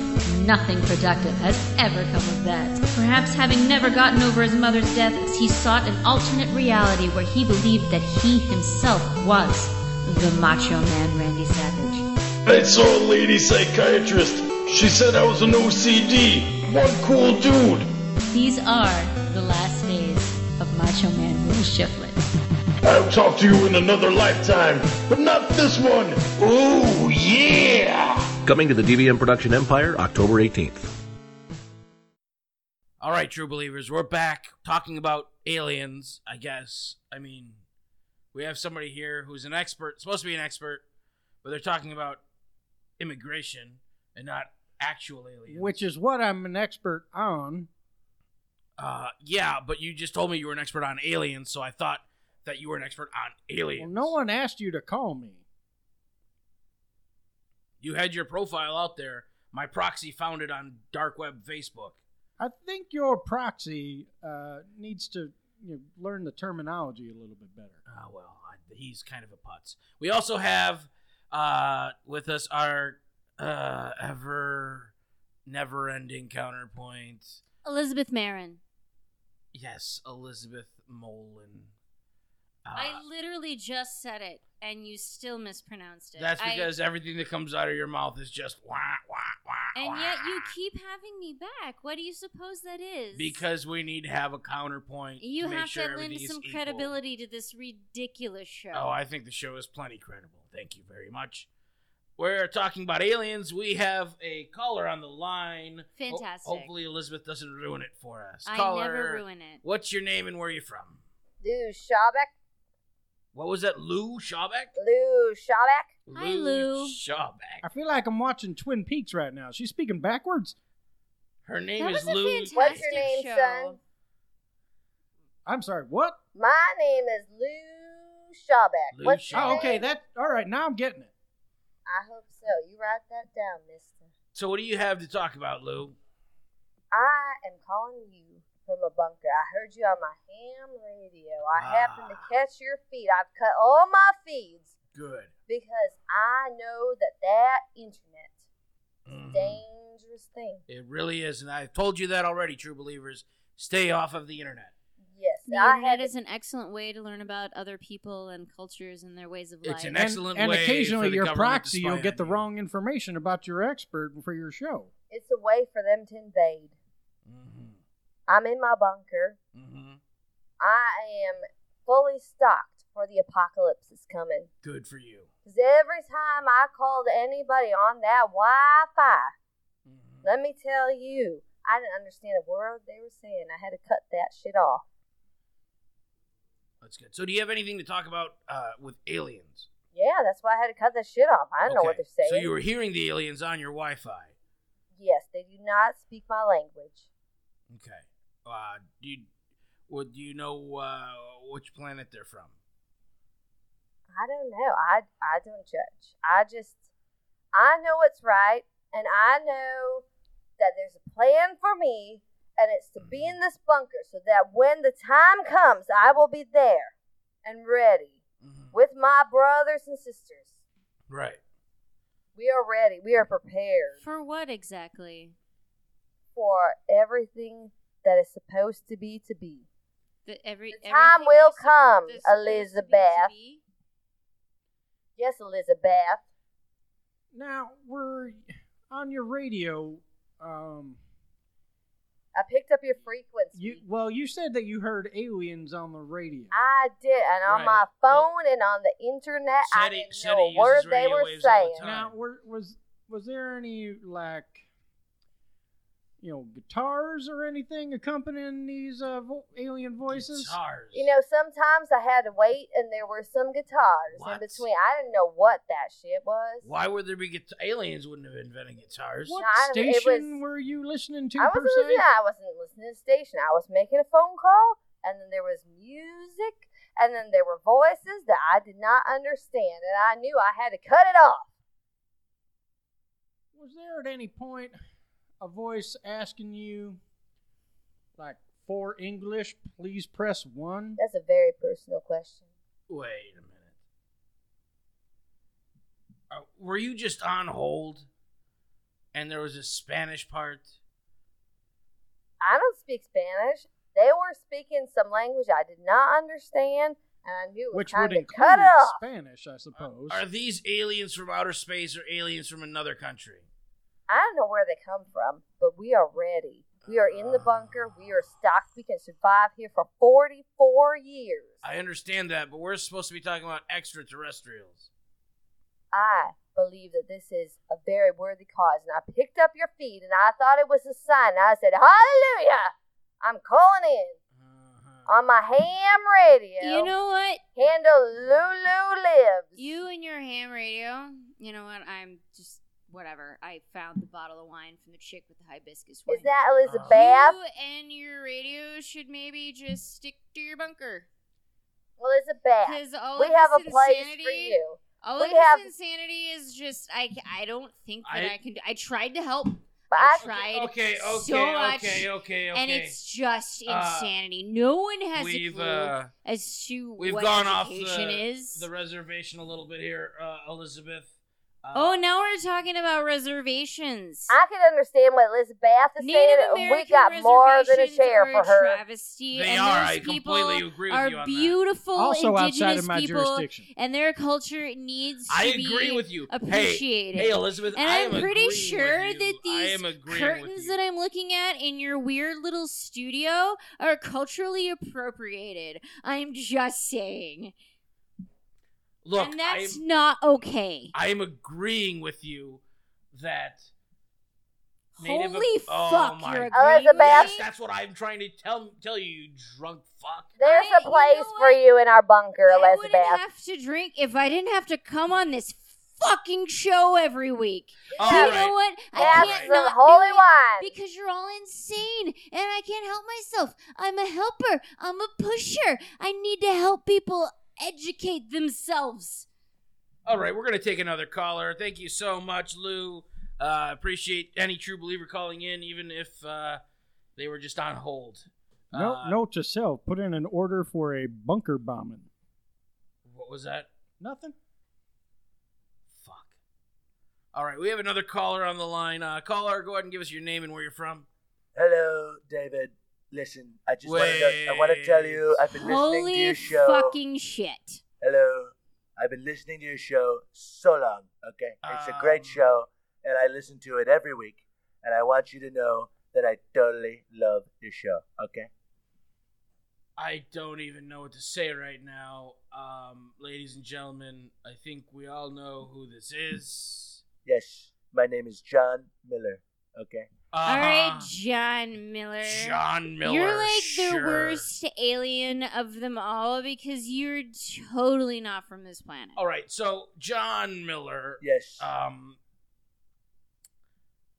Speaker 3: nothing productive has ever come of that. Perhaps having never gotten over his mother's death, he sought an alternate reality where he believed that he himself was the Macho Man Randy Savage.
Speaker 5: I saw a lady psychiatrist. She said I was an OCD. One cool dude.
Speaker 3: These are the last days of Macho Man Will Shiflett.
Speaker 5: I'll talk to you in another lifetime, but not this one. Ooh, yeah!
Speaker 6: Coming to the DVM Production Empire October 18th.
Speaker 1: All right, true believers, we're back talking about aliens, I guess. I mean, we have somebody here who's an expert, supposed to be an expert, but they're talking about immigration and not actual aliens.
Speaker 2: which is what I'm an expert on.
Speaker 1: uh, yeah, but you just told me you were an expert on aliens, so I thought that you were an expert on
Speaker 2: Well,
Speaker 1: aliens.
Speaker 2: no one asked you to call me.
Speaker 1: You had your profile out there. My proxy found it on dark web Facebook.
Speaker 2: I think your proxy uh, needs to you know, learn the terminology a little bit better.
Speaker 1: Ah, well, I, he's kind of a putz. We also have uh, with us our uh, ever never ending counterpoint.
Speaker 3: Elizabeth Marin.
Speaker 1: Yes, Elizabeth Molin. Uh,
Speaker 3: I literally just said it, and you still mispronounced it.
Speaker 1: that's
Speaker 3: I-
Speaker 1: because everything that comes out of your mouth is just wah, wah, wah.
Speaker 3: and
Speaker 1: wah.
Speaker 3: yet you keep having me back. What do you suppose that is?
Speaker 1: Because we need to have a counterpoint.
Speaker 3: you
Speaker 1: to make
Speaker 3: have
Speaker 1: sure
Speaker 3: to lend
Speaker 1: everything is
Speaker 3: some
Speaker 1: equal.
Speaker 3: credibility to this ridiculous show.
Speaker 1: Oh, I think the show is plenty credible. Thank you very much. We're talking about aliens. We have a caller on the line. Ho-
Speaker 3: Fantastic.
Speaker 1: hopefully, Elizabeth doesn't ruin it for us.
Speaker 3: I
Speaker 1: caller,
Speaker 3: never ruin it.
Speaker 1: What's your name and where are you from?
Speaker 8: Lou Shawbeck.
Speaker 1: What was that, Lou Shawbeck?
Speaker 8: Lou Shawbeck.
Speaker 2: Hi, Lou.
Speaker 1: Shawbeck.
Speaker 2: I feel like I'm watching Twin Peaks right now. She's speaking backwards.
Speaker 1: Her name
Speaker 8: That
Speaker 1: is
Speaker 8: was a
Speaker 1: Lou.
Speaker 8: fantastic What's your name, show. son?
Speaker 2: I'm sorry. What?
Speaker 8: My name is Lou Shawbeck.
Speaker 2: Lou
Speaker 8: What's your
Speaker 2: Oh, okay.
Speaker 8: name?
Speaker 2: That. All right. Now I'm getting it.
Speaker 8: I hope so. You write that down, mister.
Speaker 1: So, what do you have to talk about, Lou?
Speaker 8: I am calling you from a bunker. I heard you on my ham radio.
Speaker 1: Ah.
Speaker 8: I happened to catch your feed. I've cut all my feeds
Speaker 1: Good.
Speaker 8: because I know that that internet is
Speaker 1: Mm-hmm.
Speaker 8: a dangerous thing.
Speaker 1: It really is, and I've told you that already, true believers. Stay off of the internet.
Speaker 8: Yes,
Speaker 3: The
Speaker 8: I
Speaker 3: internet
Speaker 8: had
Speaker 3: is an excellent way to learn about other people and cultures and their ways of life.
Speaker 1: It's an excellent
Speaker 2: and
Speaker 1: way
Speaker 2: occasionally
Speaker 1: for the
Speaker 2: your
Speaker 1: government to
Speaker 2: proxy you'll
Speaker 1: spy
Speaker 2: get
Speaker 1: on
Speaker 2: the wrong information about your expert for your show
Speaker 8: It's a way for them to invade.
Speaker 1: Mm-hmm.
Speaker 8: I'm in my bunker. I am fully stocked for the apocalypse is coming.
Speaker 1: Good for you.
Speaker 8: Because every time I called anybody on that Wi Fi,
Speaker 1: Mm-hmm.
Speaker 8: let me tell you, I didn't understand a word they were saying. I had to cut that shit off.
Speaker 1: That's good. So, do you have anything to talk about uh, with aliens?
Speaker 8: Yeah, that's why I had to cut that shit off. I don't know what
Speaker 1: Okay.
Speaker 8: they're saying.
Speaker 1: So you were hearing the aliens on your Wi-Fi.
Speaker 8: Yes, they do not speak my language.
Speaker 1: Okay. Uh, do you, well, do you know uh, which planet they're from?
Speaker 8: I don't know. I I don't judge. I just I know what's right and I know that there's a plan for me and it's to be in this bunker so that when the time comes I will be there and ready with my brothers and sisters.
Speaker 1: Right.
Speaker 8: We are ready. We are prepared
Speaker 3: For what exactly?
Speaker 8: for everything that is supposed to be to be.
Speaker 3: The, every,
Speaker 8: The time
Speaker 3: everything
Speaker 8: will
Speaker 3: is-
Speaker 8: come,
Speaker 3: this-
Speaker 8: Elizabeth. Yes, Elizabeth.
Speaker 2: now we're on your radio um
Speaker 8: I picked up your frequency.
Speaker 2: you well you said that you heard aliens on the radio
Speaker 8: I did, and
Speaker 2: Right.
Speaker 8: on my phone and on the internet, I
Speaker 1: SETI
Speaker 8: didn't
Speaker 1: SETI
Speaker 8: know a
Speaker 1: uses
Speaker 8: word they
Speaker 1: radio
Speaker 8: were
Speaker 1: waves all the
Speaker 8: saying.
Speaker 1: time.
Speaker 2: now were, was was there any like you know guitars or anything accompanying these uh, vo- alien voices
Speaker 1: Guitars.
Speaker 8: You know, sometimes I had to wait, and there were some guitars
Speaker 1: What?
Speaker 8: in between. I didn't know what that shit was.
Speaker 1: Why would there be guita- aliens? Wouldn't have invented guitars.
Speaker 2: what
Speaker 8: No, I don't- it
Speaker 2: station were you listening to
Speaker 8: I
Speaker 2: per
Speaker 8: wasn't
Speaker 2: se
Speaker 8: listening. I wasn't listening to the station. I was making a phone call, and then there was music, and then there were voices that I did not understand, and I knew I had to cut it off.
Speaker 2: Was there at any point a voice asking you, like, for English, please press one?
Speaker 8: That's a very personal question.
Speaker 1: Wait a minute. Uh, were you just on hold? And there was a Spanish part.
Speaker 8: I don't speak Spanish. They were speaking some language I did not understand, and I knew it was
Speaker 2: Which
Speaker 8: time
Speaker 2: would
Speaker 8: to
Speaker 2: include
Speaker 8: cut it off.
Speaker 2: Spanish, I suppose.
Speaker 1: Are these aliens from outer space or aliens from another country?
Speaker 8: I don't know where they come from, but we are ready. We are in the
Speaker 2: Ah.
Speaker 8: bunker. We are stocked. We can survive here for 44 years.
Speaker 1: I understand that, but we're supposed to be talking about extraterrestrials.
Speaker 8: I believe that this is a very worthy cause, and I picked up your feed, and I thought it was a sign. And I said, "Hallelujah! I'm calling in
Speaker 3: Uh-huh.
Speaker 8: on my ham radio."
Speaker 3: You know what?
Speaker 8: handle Lulu lives.
Speaker 3: You and your ham radio. You know what? I'm just whatever. I found the bottle of wine from the chick with the hibiscus wine.
Speaker 8: Is that
Speaker 2: Ah.
Speaker 8: Elizabeth?
Speaker 3: You and your radio should maybe just stick to your bunker.
Speaker 8: Elizabeth,
Speaker 3: Because all
Speaker 8: we
Speaker 3: of
Speaker 8: have a
Speaker 3: this
Speaker 8: place for
Speaker 3: insanity-
Speaker 8: you.
Speaker 3: All
Speaker 8: We
Speaker 3: of this
Speaker 8: have-
Speaker 3: insanity is just I I don't think that
Speaker 1: I-
Speaker 3: I, can do. I tried to help.
Speaker 8: I-
Speaker 3: I tried
Speaker 1: Okay, okay,
Speaker 3: so much,
Speaker 1: okay, okay, okay.
Speaker 3: and it's just
Speaker 1: Uh,
Speaker 3: insanity. no one has a
Speaker 1: we've,
Speaker 3: clue
Speaker 1: uh,
Speaker 3: as to
Speaker 1: We've
Speaker 3: what
Speaker 1: gone off
Speaker 3: education
Speaker 1: the,
Speaker 3: is.
Speaker 1: the reservation a little bit here, uh, Elizabeth. Uh,
Speaker 3: oh, now we're talking about reservations.
Speaker 8: I can understand what Elizabeth is saying.
Speaker 3: Native American
Speaker 8: we got more than a
Speaker 3: reservations
Speaker 8: share
Speaker 3: are
Speaker 8: for her.
Speaker 3: Travesty,
Speaker 1: They
Speaker 3: and
Speaker 1: are.
Speaker 3: those
Speaker 1: I
Speaker 3: people
Speaker 1: completely agree with
Speaker 3: are
Speaker 1: you on that.
Speaker 3: beautiful
Speaker 2: Also outside
Speaker 3: indigenous
Speaker 2: of my
Speaker 3: people,
Speaker 2: jurisdiction.
Speaker 3: and their culture needs
Speaker 1: I
Speaker 3: to be
Speaker 1: agree with you. Hey-
Speaker 3: appreciated.
Speaker 1: hey, Elizabeth,
Speaker 3: and
Speaker 1: I
Speaker 3: I'm
Speaker 1: am
Speaker 3: pretty
Speaker 1: agreeing with
Speaker 3: sure
Speaker 1: you.
Speaker 3: that
Speaker 1: I
Speaker 3: these
Speaker 1: am agreeing with
Speaker 3: curtains
Speaker 1: you.
Speaker 3: that I'm looking at in your weird little studio are culturally appropriated. I'm just saying,
Speaker 1: Look,
Speaker 3: and that's
Speaker 1: I am,
Speaker 3: not okay.
Speaker 1: I am agreeing with you that. Native-
Speaker 3: Holy
Speaker 1: oh
Speaker 3: fuck,
Speaker 1: my
Speaker 3: you're
Speaker 1: God.
Speaker 3: agreeing with
Speaker 8: Elizabeth.
Speaker 3: me?
Speaker 1: That's what I'm trying to tell tell you, you drunk fuck.
Speaker 8: There's
Speaker 3: I-
Speaker 8: a place
Speaker 3: you know
Speaker 8: for you in our bunker,
Speaker 3: I wouldn't
Speaker 8: Elizabeth.
Speaker 3: have to drink if I didn't have to come on this fucking show every week.
Speaker 1: All
Speaker 3: you
Speaker 1: right.
Speaker 3: know what? I
Speaker 8: Have
Speaker 3: can't
Speaker 8: some
Speaker 3: not
Speaker 8: holy
Speaker 3: do it
Speaker 8: wine.
Speaker 3: because you're all insane, and I can't help myself. I'm a helper. I'm a pusher. I need to help people educate themselves.
Speaker 1: All right, we're gonna take another caller. Thank you so much, Lou. Uh, appreciate any true believer calling in, even if uh, they were just on hold.
Speaker 2: No,
Speaker 1: Uh,
Speaker 2: note to self: put in an order for a bunker bombing.
Speaker 1: What was that?
Speaker 2: Nothing.
Speaker 1: Fuck. All right, we have another caller on the line. Uh, caller, go ahead and give us your name and where you're from.
Speaker 9: Hello, David. Listen, I just want to I want to tell you I've been listening to
Speaker 3: Holy
Speaker 9: your show.
Speaker 3: fucking shit!
Speaker 9: Hello, I've been listening to your show so long. Okay, it's a
Speaker 2: Um,
Speaker 9: great show, and I listen to it every week. And I want you to know that I totally love your show. Okay.
Speaker 1: I don't even know what to say right now, um, ladies and gentlemen. I think we all know who this is.
Speaker 9: Yes, my name is John Miller. Okay.
Speaker 3: All right, John Miller.
Speaker 1: Uh-huh. John Miller.
Speaker 3: You're like the
Speaker 1: sure.
Speaker 3: worst alien of them all because you're totally not from this planet.
Speaker 1: All right, so John Miller.
Speaker 9: Yes.
Speaker 1: Um,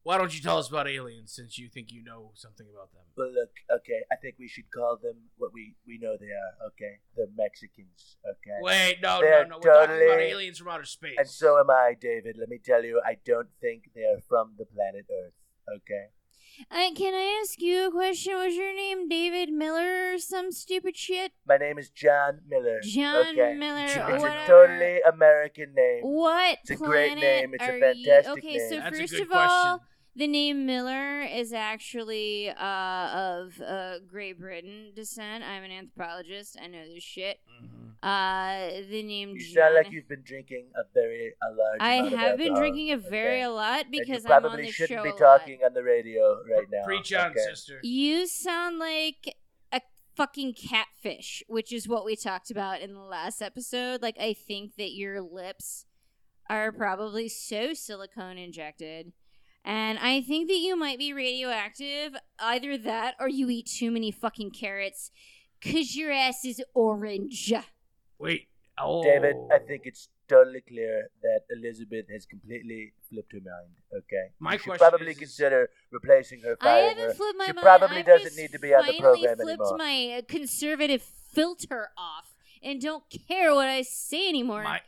Speaker 1: why don't you tell us about aliens since you think you know something about them?
Speaker 9: Well, look. Okay, I think we should call them what we we know they are. Okay, the Mexicans. Okay.
Speaker 1: Wait, no,
Speaker 9: They're
Speaker 1: no, no. We're talking about
Speaker 9: totally-
Speaker 1: aliens from outer space.
Speaker 9: And so uh, am I, David. Let me tell you, I don't think they are from the planet Earth. Okay.
Speaker 3: Uh, can I ask you a question? Was your name David Miller or some stupid shit?
Speaker 9: My name is John Miller.
Speaker 3: John
Speaker 9: okay?
Speaker 3: Miller,
Speaker 9: It's
Speaker 3: whatever.
Speaker 9: a totally American name.
Speaker 3: What
Speaker 9: It's a
Speaker 3: planet
Speaker 9: great name. It's a
Speaker 3: are
Speaker 9: fantastic
Speaker 3: you? Okay,
Speaker 9: name.
Speaker 3: so
Speaker 9: That's a
Speaker 3: first
Speaker 9: good
Speaker 3: of all, the name Miller is actually uh, of uh, Great Britain descent. I'm an anthropologist. I know this shit.
Speaker 9: Mm-hmm.
Speaker 3: Uh, the name
Speaker 9: You
Speaker 3: John.
Speaker 9: sound like you've been drinking a very a large.
Speaker 3: I
Speaker 9: amount of
Speaker 3: have been
Speaker 9: alcohol,
Speaker 3: drinking a very
Speaker 9: okay?
Speaker 3: a lot
Speaker 9: And
Speaker 3: because
Speaker 9: you
Speaker 3: I'm
Speaker 9: probably
Speaker 3: on the show uh,
Speaker 9: shouldn't
Speaker 3: a
Speaker 9: be
Speaker 3: lot.
Speaker 9: talking on the radio right now.
Speaker 1: Preach on,
Speaker 9: okay?
Speaker 1: sister.
Speaker 3: You sound like a fucking catfish, which is what we talked about in the last episode. Like, I think that your lips are probably so silicone injected. And I think that you might be radioactive. Either that or you eat too many fucking carrots because your ass is orange.
Speaker 1: Wait. Oh.
Speaker 9: David, I think it's totally clear that Elizabeth has completely flipped her mind. Okay,
Speaker 1: My
Speaker 9: you should
Speaker 1: question
Speaker 9: probably
Speaker 1: is-
Speaker 9: consider replacing her.
Speaker 3: I
Speaker 9: firing her.
Speaker 3: haven't flipped my
Speaker 9: she
Speaker 3: mind.
Speaker 9: probably
Speaker 3: I've
Speaker 9: doesn't
Speaker 3: just
Speaker 9: need to be on the
Speaker 3: finally
Speaker 9: program
Speaker 3: flipped
Speaker 9: anymore.
Speaker 3: my uh, conservative filter off and don't care what I say anymore.
Speaker 1: My-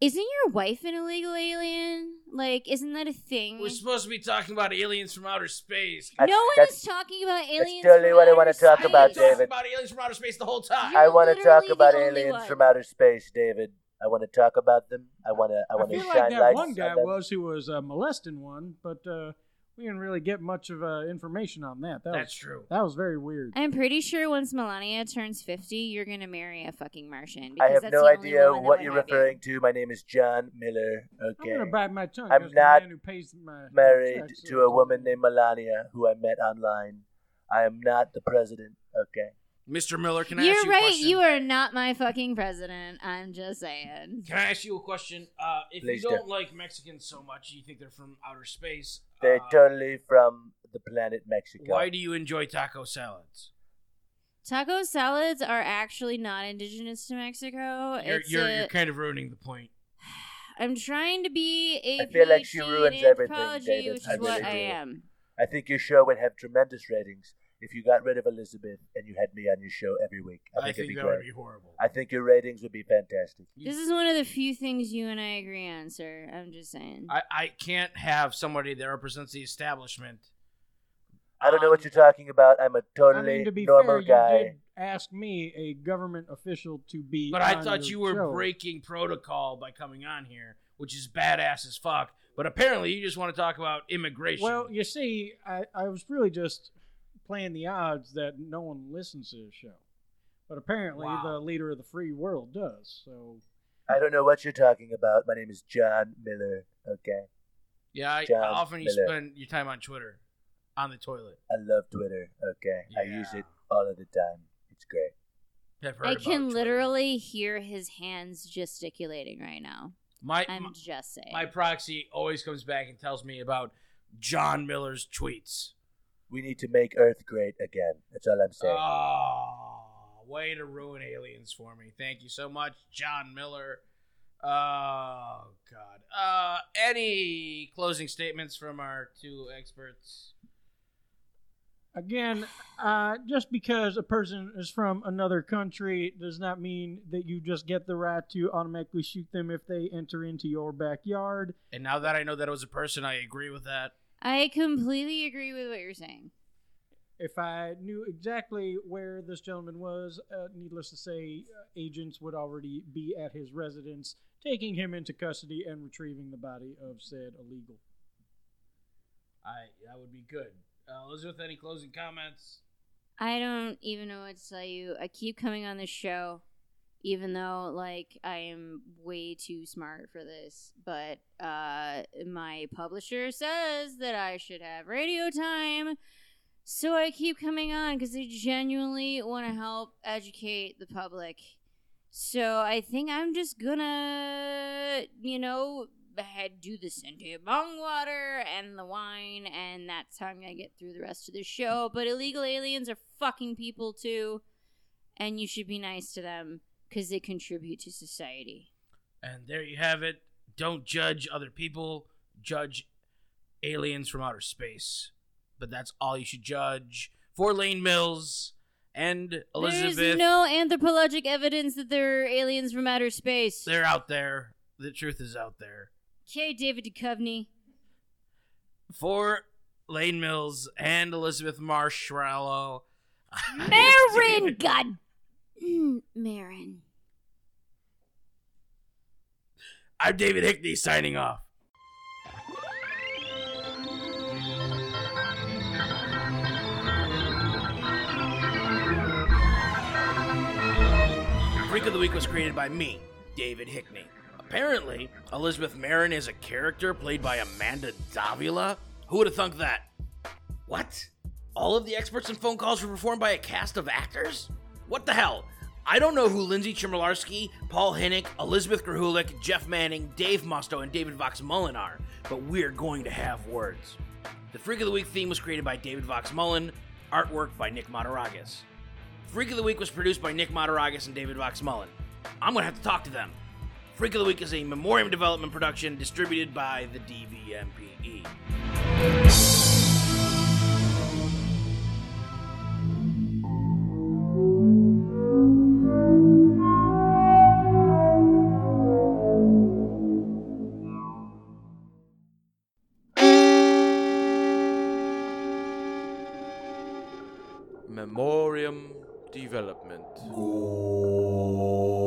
Speaker 3: Isn't your wife an illegal alien? Like, isn't that a thing?
Speaker 1: We're supposed to be talking about aliens from outer space.
Speaker 9: That's-
Speaker 3: no one
Speaker 9: that's-
Speaker 3: is talking about
Speaker 9: That's
Speaker 3: aliens.
Speaker 9: totally
Speaker 3: from
Speaker 9: what I
Speaker 3: outer
Speaker 9: want to talk
Speaker 3: space.
Speaker 9: about,
Speaker 1: Talking
Speaker 9: David.
Speaker 1: about aliens from outer space the whole time.
Speaker 3: You're
Speaker 9: I want to talk
Speaker 3: literally
Speaker 9: about
Speaker 3: the only
Speaker 9: aliens
Speaker 3: one.
Speaker 9: from outer space, David. I want to talk about them. I want to. I
Speaker 2: I
Speaker 9: want to
Speaker 2: feel
Speaker 9: shine
Speaker 2: like that
Speaker 9: lights
Speaker 2: one guy
Speaker 9: on them.
Speaker 2: was who was uh, molesting one, but uh, we didn't really get much of uh, information on that. that
Speaker 1: That's
Speaker 2: was,
Speaker 1: true.
Speaker 2: That was very weird.
Speaker 3: I'm pretty sure once Melania turns 50, you're going to marry a fucking Martian.
Speaker 9: I
Speaker 3: Because
Speaker 9: have
Speaker 3: that's
Speaker 9: no
Speaker 3: the only
Speaker 9: idea
Speaker 3: woman that
Speaker 9: what
Speaker 3: would
Speaker 9: you're
Speaker 3: have you.
Speaker 9: referring to. My name is John Miller. Okay.
Speaker 2: I'm gonna bite my tongue.
Speaker 9: I'm
Speaker 2: 'cause
Speaker 9: not
Speaker 2: the man who pays my my
Speaker 9: married
Speaker 2: checks
Speaker 9: to a woman named Melania who I met online. I am not the president. Okay.
Speaker 1: Mr. Miller, can I
Speaker 3: You're
Speaker 1: ask you a
Speaker 3: right.
Speaker 1: question?
Speaker 3: You are not my fucking president. I'm just saying.
Speaker 1: Can I ask you a question? Uh, if
Speaker 9: Please do.
Speaker 1: you don't like Mexicans so much, you think they're from outer space.
Speaker 9: They're
Speaker 1: uh,
Speaker 9: totally from the planet Mexico.
Speaker 1: why do you enjoy taco salads?
Speaker 3: Taco salads are actually not indigenous to Mexico.
Speaker 1: You're,
Speaker 3: it's
Speaker 1: you're,
Speaker 3: a,
Speaker 1: you're kind of ruining the point.
Speaker 3: I'm trying to be a
Speaker 9: I feel like
Speaker 3: PhD
Speaker 9: she
Speaker 3: in
Speaker 9: ruins everything,
Speaker 3: anthropology,
Speaker 9: David.
Speaker 3: which is
Speaker 9: I really
Speaker 3: what
Speaker 9: do.
Speaker 3: I am.
Speaker 9: I think your show would have tremendous ratings if you got rid of Elizabeth and you had me on your show every week. I
Speaker 1: I
Speaker 9: think, it'd
Speaker 1: think
Speaker 9: be
Speaker 1: that
Speaker 9: great.
Speaker 1: would be horrible.
Speaker 9: I think your ratings would be fantastic.
Speaker 3: This is one of the few things you and I agree on, sir. I'm just saying.
Speaker 1: I, I can't have somebody that represents the establishment.
Speaker 9: I don't know what you're talking about. I'm a totally
Speaker 2: Um, I mean, to be fair,
Speaker 9: normal
Speaker 2: you
Speaker 9: guy.
Speaker 2: did ask me, a government official, to be.
Speaker 1: But I
Speaker 2: on
Speaker 1: thought
Speaker 2: your
Speaker 1: you were
Speaker 2: show.
Speaker 1: breaking protocol by coming on here, which is badass as fuck. But apparently, you just want to talk about immigration.
Speaker 2: Well, you see, I, I was really just playing the odds that no one listens to the show. But apparently, the leader of the free world does. So
Speaker 9: I don't know what you're talking about. My name is John Miller. Okay.
Speaker 1: yeah, I,
Speaker 9: John
Speaker 1: often you
Speaker 9: Miller.
Speaker 1: spend your time on Twitter, on the toilet.
Speaker 9: I love Twitter. Okay. I use it all of the time. It's great.
Speaker 1: I've heard
Speaker 3: I
Speaker 1: about
Speaker 3: can literally hear his hands gesticulating right now.
Speaker 1: My-
Speaker 3: I'm
Speaker 1: my-
Speaker 3: just saying.
Speaker 1: My proxy always comes back and tells me about John Miller's tweets.
Speaker 9: We need to make Earth great again. That's all I'm saying.
Speaker 1: Oh, way to ruin aliens for me. Thank you so much, John Miller. Oh God. Uh, any closing statements from our two experts?
Speaker 2: Again, uh, just because a person is from another country does not mean that you just get the right to automatically shoot them if they enter into your backyard.
Speaker 1: And now that I know that it was a person, I agree with that.
Speaker 3: I completely agree with what you're saying.
Speaker 2: If I knew exactly where this gentleman was, uh, needless to say, uh, agents would already be at his residence, taking him into custody and retrieving the body of said illegal.
Speaker 1: I that would be good. Uh, Elizabeth, any closing comments?
Speaker 3: I don't even know what to tell you. I keep coming on this show, even though like I am way too smart for this. But uh, my publisher says that I should have radio time, so I keep coming on because I genuinely want to help educate the public. So I think I'm just gonna, you know, head do the Cynthia Bong water and the wine, and that's how I'm gonna get through the rest of the show. But illegal aliens are fucking people too, and you should be nice to them because they contribute to society.
Speaker 1: And there you have it. Don't judge other people. Judge aliens from outer space. But that's all you should judge. For Lane Mills and Elizabeth.
Speaker 3: There's no anthropologic evidence that there are aliens from outer space.
Speaker 1: They're out there. The truth is out there.
Speaker 3: Okay, David Duchovny.
Speaker 1: For Lane Mills and Elizabeth Marsh Marshmallow.
Speaker 3: Marin, God, Mm, Marin.
Speaker 1: I'm David Hickney signing off. Freak of the Week was created by me, David Hickney. Apparently, Elizabeth Marin is a character played by Amanda Davila. Who would have thunk that? What? All of the experts and phone calls were performed by a cast of actors? What the hell? I don't know who Lindsay Chmielewski, Paul Hennick, Elizabeth Grahulik, Jeff Manning, Dave Musto, and David Vox Mullen are, but we're going to have words. The Freak of the Week theme was created by David Vox Mullen, artwork by Nick Mataragas. Freak of the Week was produced by Nick Mataragas and David Vox Mullen. I'm going to have to talk to them. Freak of the Week is a memoriam development production distributed by the DVMPE.
Speaker 10: Memoriam Development.